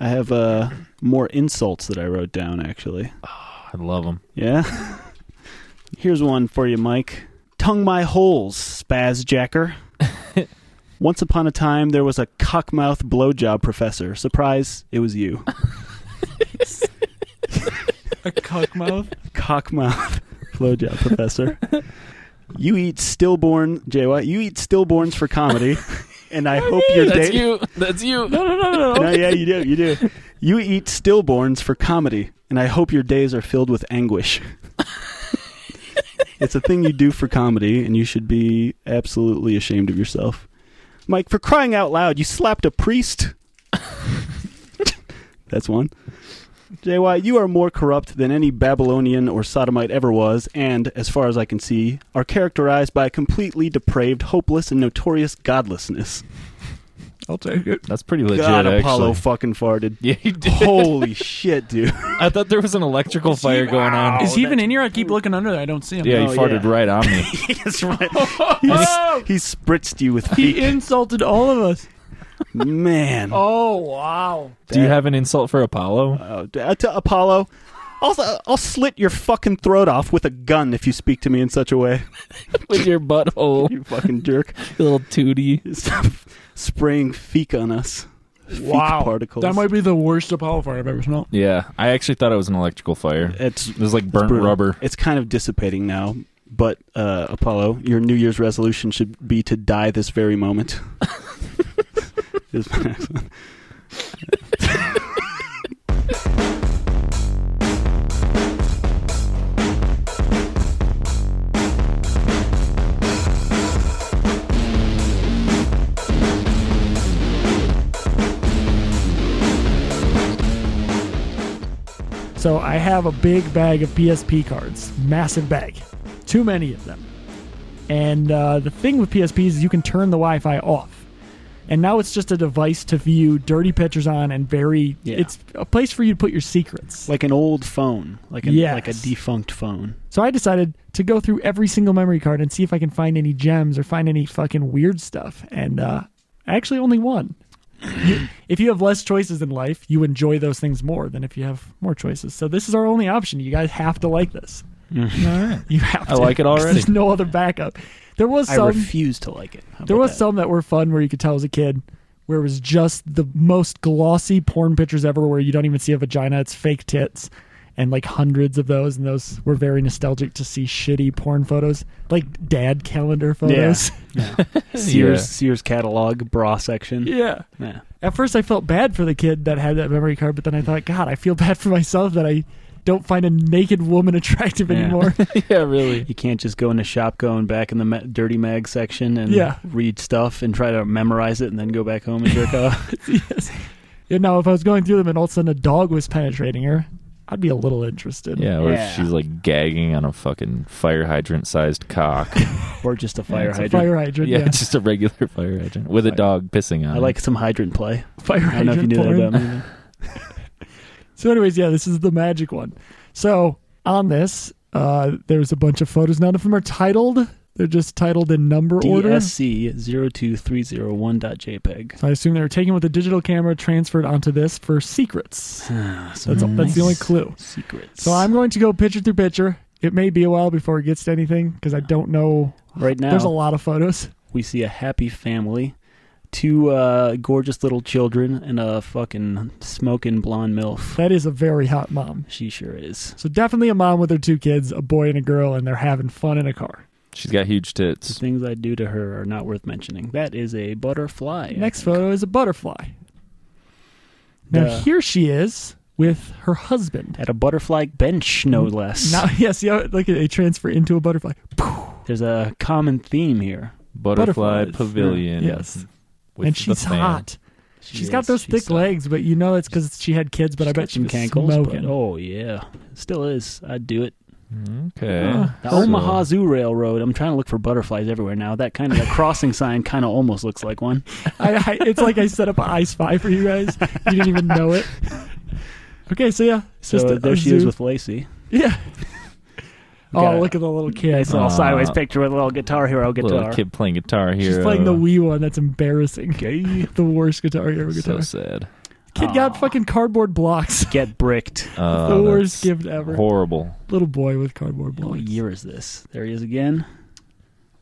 I have uh, more insults that I wrote down, actually. I love them. Yeah? Here's one for you, Mike. Tongue my holes, spaz jacker. Once upon a time, there was a cockmouth blowjob professor. Surprise, it was you. A cock mouth. cockmouth blowjob professor. You eat stillborn, JY. You eat stillborns for comedy, and I hope your That's date. you. That's you. No, no, No, yeah, you do, you do. You eat stillborns for comedy, and I hope your days are filled with anguish. it's a thing you do for comedy, and you should be absolutely ashamed of yourself. Mike, for crying out loud, you slapped a priest. That's one. JY, you are more corrupt than any Babylonian or sodomite ever was, and, as far as I can see, are characterized by completely depraved, hopeless, and notorious godlessness. I'll take it. That's pretty legit. God, Apollo actually. fucking farted. Yeah, he did. Holy shit, dude. I thought there was an electrical fire going on. Is he even in here? I keep looking under there. I don't see him. yeah, he Oh, farted yeah. right on me. That's right. He's, he spritzed you with Oh. He feet. insulted all of us. Man. Oh wow! Do you have an insult for Apollo? Uh, to Apollo. I'll, uh, I'll slit your fucking throat off with a gun if you speak to me in such a way. With your butthole, You fucking jerk. you little tootie. Stop spraying feek on us. Feek Wow, particles. that might be the worst Apollo fart I've ever smelled. Yeah, I actually thought it was an electrical fire. it's It was like burnt brutal. rubber. It's kind of dissipating now, but uh, Apollo, your New Year's resolution should be to die this very moment. Is my next one. So I have a big bag of PSP cards, massive bag, too many of them. And uh, the thing with PSPs is you can turn the Wi-Fi off, and now it's just a device to view dirty pictures on and very. Yeah. It's a place for you to put your secrets. Like an old phone, like an, Yes. like a defunct phone. So I decided to go through every single memory card and see if I can find any gems or find any fucking weird stuff. And uh, actually, only one. You- if you have less choices in life, you enjoy those things more than if you have more choices. So this is our only option. You guys have to like this. You have. I to, like it 'cause already. There's no other backup. There was I some. refuse to like it. How There about was that? some that were fun where you could tell as a kid. Where it was just the most glossy porn pictures ever, where you don't even see a vagina, it's fake tits, and like hundreds of those, and those were very nostalgic to see shitty porn photos, like dad calendar photos. Sears Sears catalog bra section. yeah. Yeah. At first, I felt bad for the kid that had that memory card, but then I thought, God, I feel bad for myself that I don't find a naked woman attractive Yeah. anymore. yeah, really. You can't just go into shop going back in the ma- dirty mag section and Yeah. read stuff and try to memorize it and then go back home and jerk off. yes. You know, if I was going through them and all of a sudden a dog was penetrating her, I'd be a little interested. Yeah, or Yeah. if she's like gagging on a fucking fire hydrant sized cock. or just a fire It's a hydrant. fire hydrant. yeah, Yeah, just a regular fire hydrant with a I- dog pissing on. I it. like some hydrant play. fire I don't know hydrant if you knew porn. that about me. So, anyways, yeah, this is the magic one. So on this, uh, there's a bunch of photos. None of them are titled. They're just titled in number order. DSC 02301.jpg. So I assume they were taken with a digital camera transferred onto this for secrets. So That's, that's the only clue. Secrets. So I'm going to go picture through picture. It may be a while before it gets to anything because I don't know. right now. There's a lot of photos. we see a happy family, two uh, gorgeous little children, and a fucking smoking blonde milf. That is a very hot mom. She sure is. So definitely a mom with her two kids, a boy and a girl, and they're having fun in a car. She's got huge The tits. things I do to her are not worth mentioning. That is a butterfly. I Next think. photo is a butterfly. Now Duh. here she is with her husband. At a butterfly bench, no less. Now, yes, yeah, look at they transfer into a butterfly. There's a common theme here. Butterfly Butterflies. pavilion. Yes, with and the she's fan. hot. She she's got those thick legs, but you know it's because she had kids. But I bet she's smoking. oh yeah, still is. I'd do it. Okay. The So- Omaha Zoo Railroad. I'm trying to look for butterflies everywhere now. That kind of that crossing sign kind of almost looks like one. I, I, it's like I set up an ice spy for you guys. You didn't even know it. Okay, so yeah, it's So uh, just a, there a she zoo. is with Lacey. yeah. Got Oh, it. look at the little kid. Nice little Aw. sideways picture with a little Guitar Hero Little guitar. kid playing guitar here. uh, She's playing the Wii one. That's embarrassing. the worst guitar hero guitar. So sad. Kid got fucking cardboard blocks. Get bricked. Uh, the that's worst gift ever. Horrible. Little boy with cardboard blocks. What year is this? There he is again.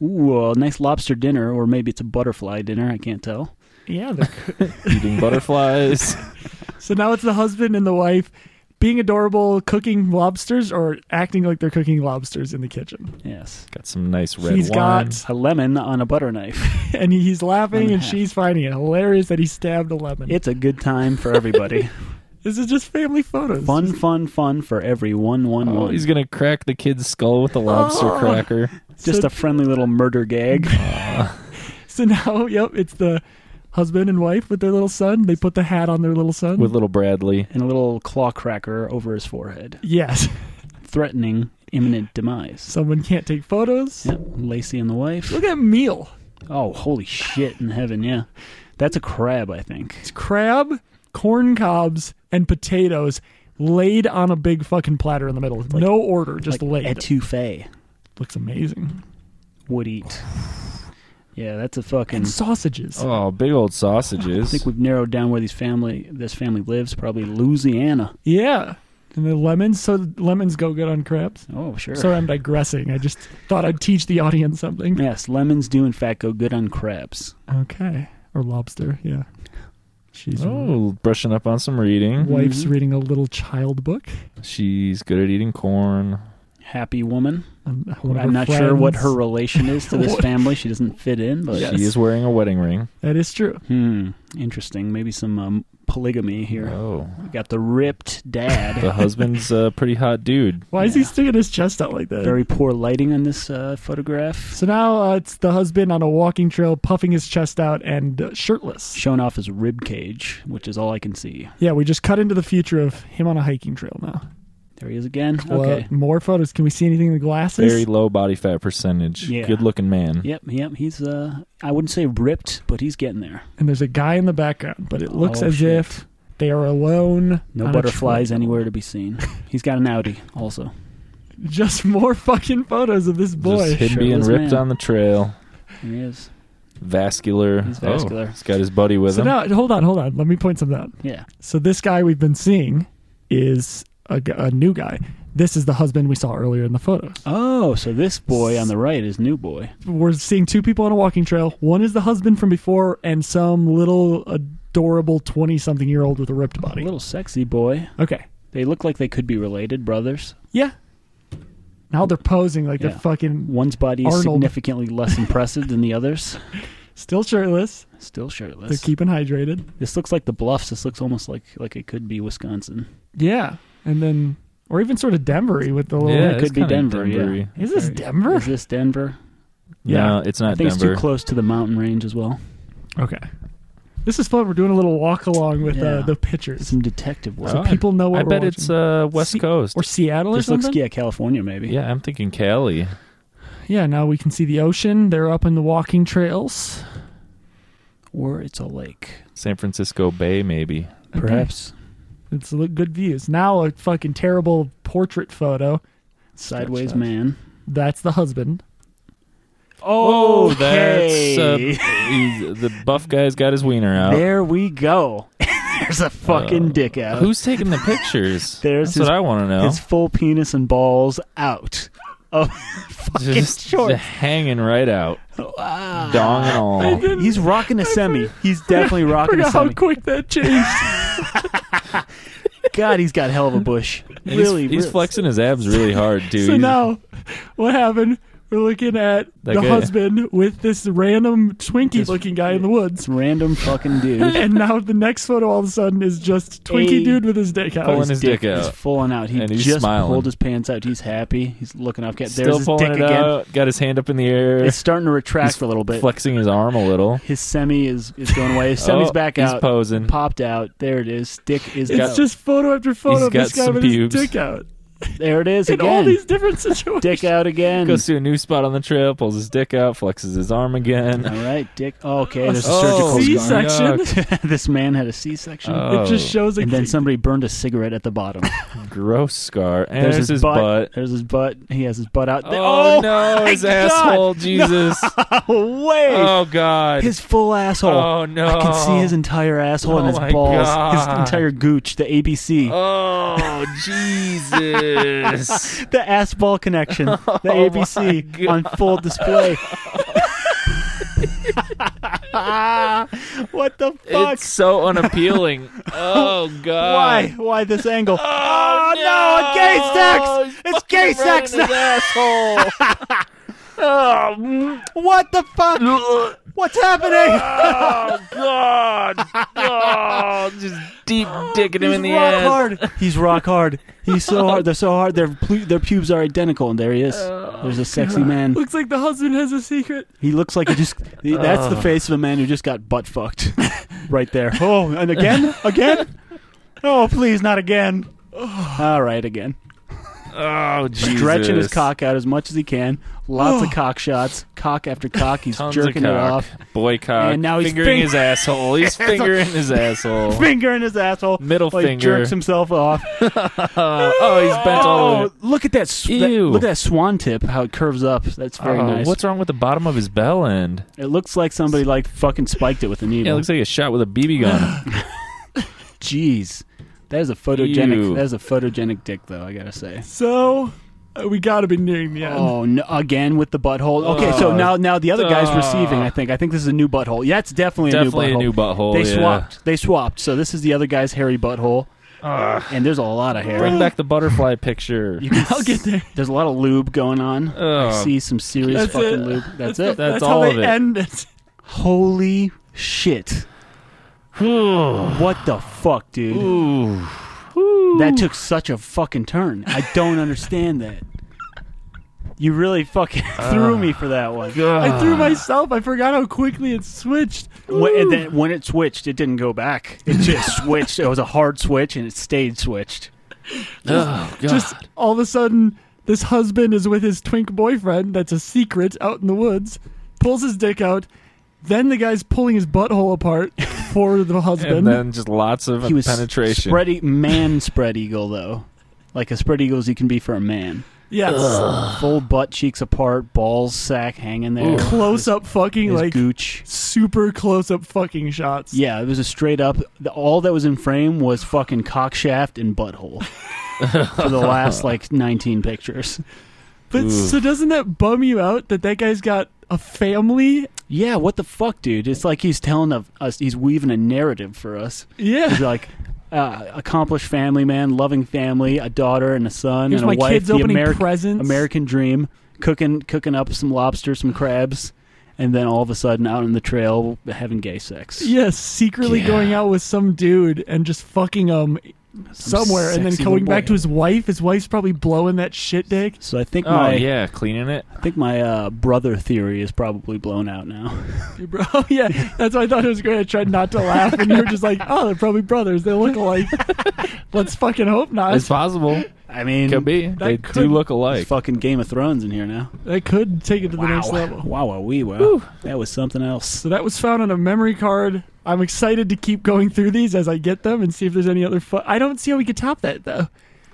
Ooh, a nice lobster dinner, or maybe it's a butterfly dinner. I can't tell. Yeah. they're- Eating butterflies. so now it's the husband and the wife being adorable, cooking lobsters, or acting like they're cooking lobsters in the kitchen. Yes, Got some nice red He's wine. got- a lemon on a butter knife. And he- he's laughing, Lemon and half. she's finding it hilarious that he stabbed a lemon. It's a good time for everybody. this is just family photos. fun, fun, fun for every one, one, Oh, one. he's gonna crack the kid's skull with a lobster Oh. cracker. Just So- a friendly little murder gag. So now, yep, it's the husband and wife with their little son. They put the hat on their little son. with little Bradley. and a little claw cracker over his forehead, yes. threatening imminent demise. Someone can't take photos. Yep, Lacey and the wife. Look at Meal. Oh, holy shit in heaven, yeah. That's a crab, I think. It's crab, corn cobs, and potatoes laid on a big fucking platter in the middle. no order, just like laid. Etouffee Looks amazing. would eat. Yeah, that's a fucking. And sausages. Oh, big old I sausages. think we've narrowed down where these family this family lives. Probably Louisiana. Yeah. And the lemons. So lemons go good on crabs. Oh, sure. Sorry, I'm digressing. I just thought I'd teach the audience something. yes, lemons do in fact go good on crabs. Okay. Or lobster. Yeah. She's oh, brushing up on some reading. wife's Mhm. reading a little child book. She's good at eating corn. Happy woman. Um, one of her I'm not sure what her friends- relation is to this What? family. She doesn't fit in, but Yes. She is wearing a wedding ring. That is true. hmm, interesting. Maybe some um, polygamy here. Oh, We got the ripped the dad. husband's a pretty hot dude. Why is he Yeah. sticking his chest out like that? Very poor lighting on this uh, photograph. So now uh, it's the husband on a walking trail, puffing his chest out and uh, shirtless. Showing off his rib cage, which is all I can see. Yeah, we just cut into the future of him on a hiking trail now. There he is again. Well, Okay. more photos. Can we see anything in the glasses? Very low body fat percentage. Yeah. Good looking man. Yep, yep. He's uh, I wouldn't say ripped, but he's getting there. and there's a guy in the background, but it looks Oh, as shit. if they are alone. No on a butterflies trail. anywhere to be seen. He's got an Audi also. Just more fucking photos of this boy. Just him sure being was ripped man. on the trail. There he is. Vascular. He's vascular. Oh, he's got his buddy with So him. now, hold on, hold on. Let me point something out. Yeah. So this guy we've been seeing is a, g- a new guy. This is the husband we saw earlier in the photos. Oh, so this boy on the right is new boy. we're seeing two people on a walking trail. One is the husband from before, and some little adorable twenty-something year old with a ripped A body. little sexy boy. Okay, They look like they could be related, brothers. yeah. Now they're posing like Yeah. they're fucking One's body is Arnold. significantly less impressive than the others. still shirtless. Still shirtless. They're keeping hydrated. This looks like the bluffs. This looks almost like like it could be Wisconsin. Yeah, and then or even sort of Denvery with the little. Yeah. it it's could be kinda Denver, yeah. Denver-y. Is this Very- Denver? Is this Denver? No, it's I not think Denver. it's too close to the mountain range as well. Okay, this is fun. We're doing a little walk along with Yeah. uh, the pictures. Some detective work. Oh, People know what I we're bet watching. it's uh, West See- Coast. or Seattle or This looks something. yeah, California maybe. yeah, I'm thinking Cali. yeah, now we can see the ocean. They're up in the walking trails. Or it's a lake. San Francisco Bay, maybe. Perhaps It's look good views. Now a fucking terrible portrait photo. sideways Stretch that. man. That's the husband. Oh, that's uh, Okay. he's- the buff guy's got his wiener out. There we go. There's a fucking Uh, dick out. Who's taking the pictures? There's That's his- what I want to know. His full penis and balls out. Oh, fucking just shorts. hanging right out, Wow. dong and all. Ah. He's rocking a semi. He's definitely rocking Look a at how semi. quick that changed. God, he's got hell of a bush. And Really, he's, he's really. flexing his abs really hard, dude. so He's- now, what happened? We're looking at That the guy. husband with this random Twinkie-looking guy in the woods. Random fucking dude. And now the next photo all of a sudden is just Twinkie A- dude with his dick Pulling out. his dick He's out. pulling out. He And he's just smiling. pulled his pants out. He's happy. He's looking up. There's still his pulling dick it again. out. Got his hand up in the air. It's starting to retract a little bit. flexing his arm a little. his semi is, is going away. His semi's Oh, back he's out. posing. Popped out. There it is. Dick is It's out. just photo after photo He's of this got guy some with pubes. his dick out. there it is In all again. these different situations. dick out again. Goes to a new spot on the trail, pulls his dick out, flexes his arm again. All right, Dick. Oh, okay, there's a Oh, surgical C-section. yuck. scar. this man had a C-section, Oh. It just shows a and then somebody burned a cigarette at the bottom. gross scar. And There's there's, his butt. There's his butt. He has his butt out. there. Oh, no, my his God. asshole, Jesus. No way. Oh God. his full asshole. oh no. I can see his entire asshole Oh and my his balls, God. his entire gooch, the ABC, Oh Jesus. the ass ball connection, the Oh my ABC on full display. what the fuck? It's so unappealing. Oh God. Why? Why this angle? Oh, no, gay sex! He's It's gay fucking rubbing sex! his asshole. oh, mm. What the fuck? uh, What's happening? oh God. Oh, just deep dicking him in the He's rock ass. hard. He's rock hard. He's so hard. They're so hard. Their pu- their pubes are identical, and there he is. There's a sexy man. Oh, Looks like the husband has a secret. He looks like he just. he- That's Oh. the face of a man who just got butt fucked, right there. Oh, and again, again. Oh, please, not again. All right, again. Oh Jesus. Stretching his cock out as much as he can. Lots of Oh. cock shots, cock after cock. He's Tons of jerking it cock. off, Boy cock. And now he's fingering fing- his asshole. He's fingering his asshole. finger in his asshole. Middle Well, Oh, he finger. jerks himself off. Uh, oh, he's bent all Oh, over. look at that, sw- that! Ew. Look at that swan tip. How it curves up. That's very Oh, nice. What's wrong with the bottom of his bell end? It looks like somebody like fucking spiked it with a needle. Yeah, it looks like a shot with a BB gun. Jeez, that is a photogenic. Ew. That is a photogenic dick, though. I gotta say. So uh, we got to be nearing the end. Oh, no, again with the butthole. Okay, so Uh, now now the other guy's uh, receiving. I think I think this is a new butthole. Yeah, it's definitely a Definitely a new new butthole. butthole. they yeah. swapped. They swapped. So this is the other guy's hairy butthole, Ugh. and there's a lot of hair. Bring back the butterfly picture. You can I'll s- get there. There's a lot of lube going on. I Ugh. see some serious That's fucking it. lube. That's, it. Oh. That's That's all how of they it. end it. Holy shit! what the fuck, dude? Ooh. That took such a fucking turn. I don't understand that. You really fucking threw me for that one. I Ah. threw myself. I forgot how quickly it switched. When, and then when it switched, it didn't go back. It just switched. It was a hard switch, and it stayed switched. Oh, God. Just all of a sudden, this husband is with his twink boyfriend that's a secret out in the woods, pulls his dick out. Then the guy's pulling his butthole apart for the and husband. then just lots of He was penetration. spread e- man spread eagle though, like a spread eagle as you can be for a man. yes. Full butt cheeks apart, balls sack hanging there, Close up fucking, his like gooch. super close up fucking shots. Yeah, it was a straight up. The, all that was in frame was fucking cock shaft and butthole for the last like nineteen pictures. But Ooh. so doesn't that bum you out that that guy's got a family? Yeah, what the fuck, dude? It's like he's telling of us, he's weaving a narrative for us. He's Yeah. like, uh, accomplished family man, loving family, a daughter and a son Here's and my a wife. kids the opening Ameri- presents. American dream, cooking, cooking up some lobster, some crabs, and then all of a sudden, out on the trail, having gay sex. Yeah, secretly Yeah. going out with some dude and just fucking him Some somewhere and then sexy going little back boy. to his wife. His wife's probably blowing that shit dick. So I think Oh, my yeah, cleaning it. I think my uh, brother theory is probably blown out now. Bro, Oh, yeah, that's why I thought it was great. I tried not to laugh, and you were just like, "Oh, they're probably brothers. They look alike." Let's fucking hope not. It's possible. I mean, Could be. They do could- look it's alike. fucking Game of Thrones in here now. That could take it to the next level. wow, wow, we wow. That was something else. So that was found on a memory card. I'm excited to keep going through these as I get them and see if there's any other. Fu- I don't see how we could top that though,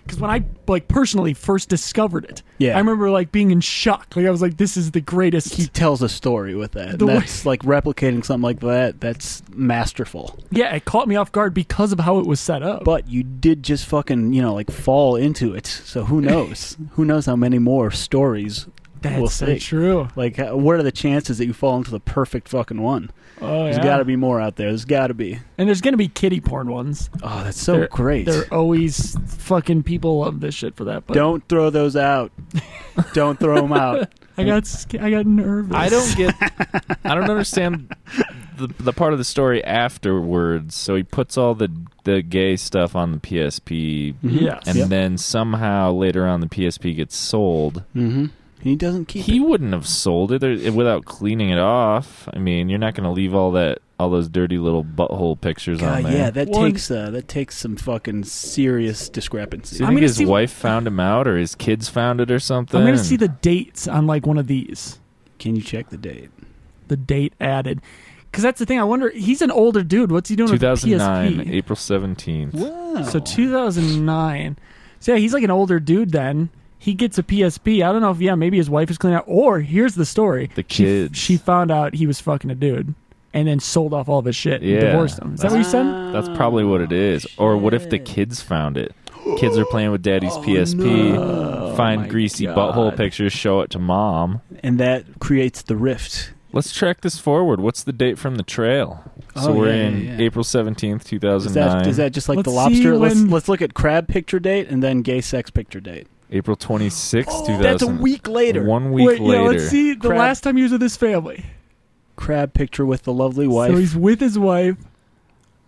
because when I like personally first discovered it, Yeah. I remember like being in shock. Like I was like, "This is the greatest." he tells a story with that. and The way- that's like replicating something like that. That's masterful. yeah, it caught me off guard because of how it was set up. But you did just fucking, you know, like fall into it. So who knows? who knows how many more stories that's we'll so see. true. Like, how- what are the chances that you fall into the perfect fucking one? Oh There's yeah, got to be more out there. There's got to be. and there's gonna be kitty porn ones. Oh, that's so They're- great. They're always fucking people love this shit for that. But Don't throw those out. Don't throw them out. I got sca- I got nervous. I don't get. I don't understand the the part of the story afterwards. So he puts all the the gay stuff on the PSP, Yes. and Yep. then somehow later on the PSP gets sold. Mm-hmm. He doesn't keep He it. wouldn't have sold it there- without cleaning it off. I mean, you're not going to leave all that all those dirty little butthole pictures on God, there. yeah, that Well, takes uh, that takes some fucking serious discrepancy. Do you I'm think gonna his see- wife found him out, or his kids found it, or something? I'm gonna see the dates on like one of these. Can you check the date? the date added. Because that's the thing. I wonder. He's an older dude. What's he doing with a 2009, PSP? April 17th. Wow. So 2009. So yeah, he's like an older dude then. He gets a PSP. I don't know if yeah, maybe his wife is cleaning out or here's the story. The She- kids. She, found out he was fucking a dude and then sold off all of his shit and Yeah. divorced him. Is that what you said? Ah, That's probably what it is. Or what if the Oh, shit. Oh, kids found it? Kids are playing with daddy's PSP, find greasy butthole pictures, show it to mom. and that creates the rift. Let's track this forward. What's the date from the trail? So Oh, we're yeah, in yeah, yeah. April 17th, Is 2009. that, is that just like the Let's see lobster? Let's, when- let's look at crab picture date and then gay sex picture date. April 26th, 2000. Oh, That's a week later. One week Wait, later. yeah, let's see the Crap. last time he was with his family. Crab picture with the lovely wife. So he's with his wife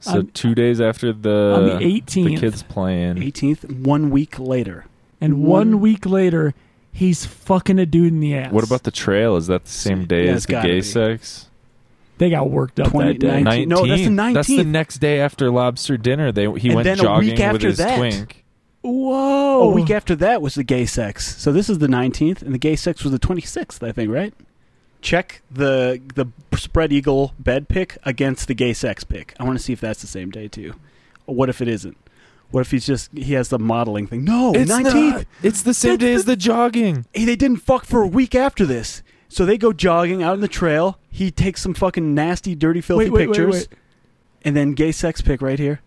So on- two days after the, on the 18th. the kids playing. 18th, one week later. and One- one week later, he's fucking a dude in the ass. What about the trail? Is that the same day Yeah, it's as the gotta gay be. sex? They got worked up that 29 day. Nineteen- no, that's the 19th. That's the 19th. next day after lobster dinner. They he And went then a jogging week with after his that. twink. Whoa! Oh, a week after that was the gay sex. So this is the 19th, and the gay sex was the 26th, I think, right? Check the the spread eagle bed pick against the gay sex pick. I want to see if that's the same day too. What if it isn't? What if he's just he has the modeling thing? No, 19th. It's the same day as the jogging. Hey, they didn't fuck for a week after this. So they go jogging out on the trail. He takes some fucking nasty, dirty, filthy Wait, wait, wait, pictures, wait. and then day sex pick right here.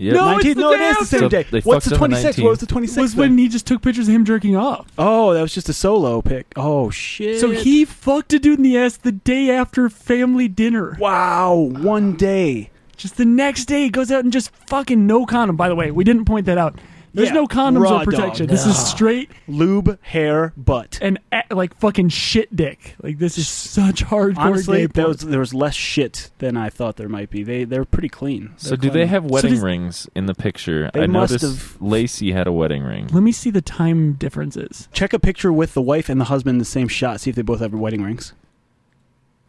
Yep. No, it's 19th? the no, it day is the same after. day. So they What's fucked the on the 26th? What was the 26th? was then? when he just took pictures of him jerking off. Oh, that was just a solo pick. Oh shit. So he fucked a dude in the ass the day after family dinner. Wow, one day. Just the next day, he goes out and just fucking no condom. By the way, we didn't point that out. There's Yeah, no condoms raw or protection. dog. This is straight Lube, hair, butt. and a- like fucking shit dick. Like this is such hardcore Honestly, gay that porn. was, there was less shit than I thought there might be. They they're pretty clean. So They're do they clean. have wedding does- rings in the picture? They I must noticed have. Lacey had a wedding ring. Let me see the time differences. Check a picture with the wife and the husband in the same shot. See if they both have wedding rings.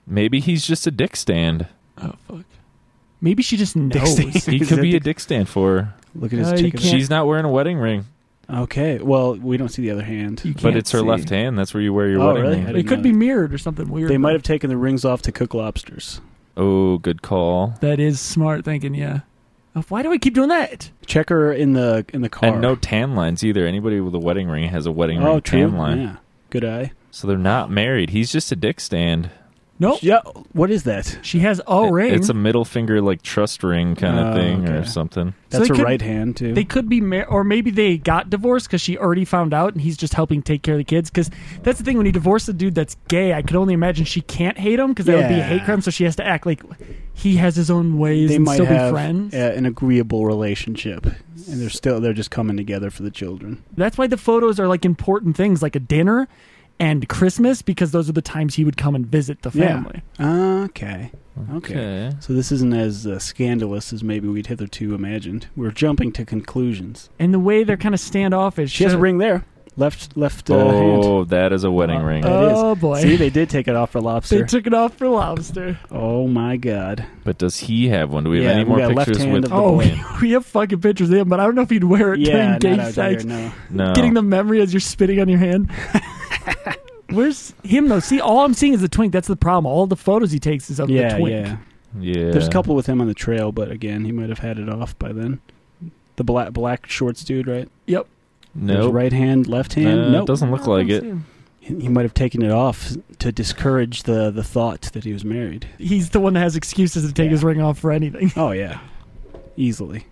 Maybe he's just a dick stand. Oh fuck. Maybe she just knows. stand. He Is could that be a the- dick stand for her. Look at No, his you chicken. can't- She's not wearing a wedding ring, Okay, well we don't see the other hand. You but can't it's her see. left hand. That's where you wear your Oh, wedding really? I ring. didn't It could know be that. mirrored or something weird. They though. might have taken the rings off to cook lobsters. Oh, good call. That is smart thinking. Yeah. Uh, Why do I keep doing that? Check her in the in the car. And no tan lines either. Anybody with a wedding ring has a wedding oh, ring true. tan line. Yeah, good eye. So they're not married. He's just a dick stand. Nope. Yeah, what is that? She has a It- ring. It's a middle finger like trust ring kind Oh, of thing or okay. something. So That's they her could- right hand too. They could be married, or maybe they got divorced because she already found out, and he's just helping take care of the kids. Because that's the thing when you divorce a dude that's gay, I could only imagine she can't hate him because that would be a hate Yeah. crime. So she has to act like he has his own ways they and might still have be friends. uh, an agreeable relationship, and they're still they're just coming together for the children. That's why the photos are like important things, like a dinner and Christmas, because those are the times he would come and visit the Yeah. family. Okay, okay. So this isn't as uh, scandalous as maybe we'd hitherto imagined. We're jumping to conclusions. And the way they're kind of standoffish. She has a ring there, left left uh, hand. Oh, that is a wedding ring. Uh, That is. Oh boy, See, they did take it off for they lobster. took it off for lobster. oh my god! but does he have one? Do we have Yeah, any we more got left pictures hand with of the Oh, boy. plan? we, we have fucking pictures of him, but I don't know if he'd wear it yeah, during not gay out sex. here, no. No. Getting Oh. the memory as you're spitting on your hand. Where's him though? See, all I'm seeing is the twink. That's the problem. All the photos he takes is of Yeah, the twink. yeah. yeah. There's a couple with him on the trail, but again, he might have had it off by then. The black black shorts dude, right? There's No. right hand, left hand. No, nope. it doesn't look like it. He might have taken it off to discourage the the thought that he was married. He's the one that has excuses to take his ring off for anything. Oh yeah, easily.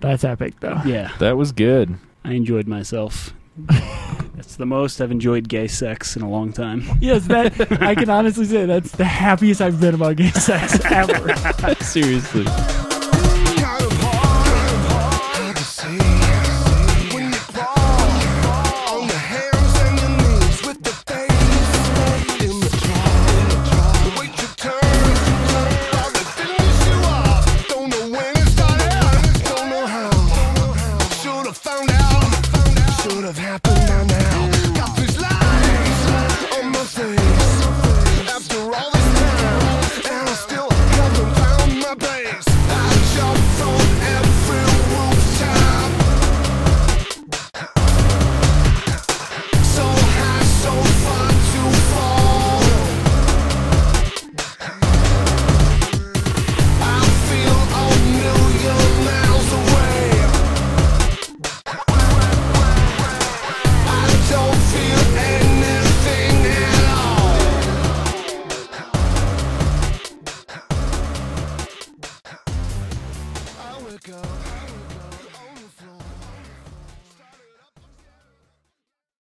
That's epic though. Yeah, That was good. I enjoyed myself. That's the most I've enjoyed gay sex in a long time. Yes, that I can honestly say that's the happiest I've been about gay sex ever. Seriously. Kind of hard to see when you fall on the hands and your knees with the face in the draw. Wait your turn, all the things you are. Don't know when it started, don't know how. Should have found out, should have happened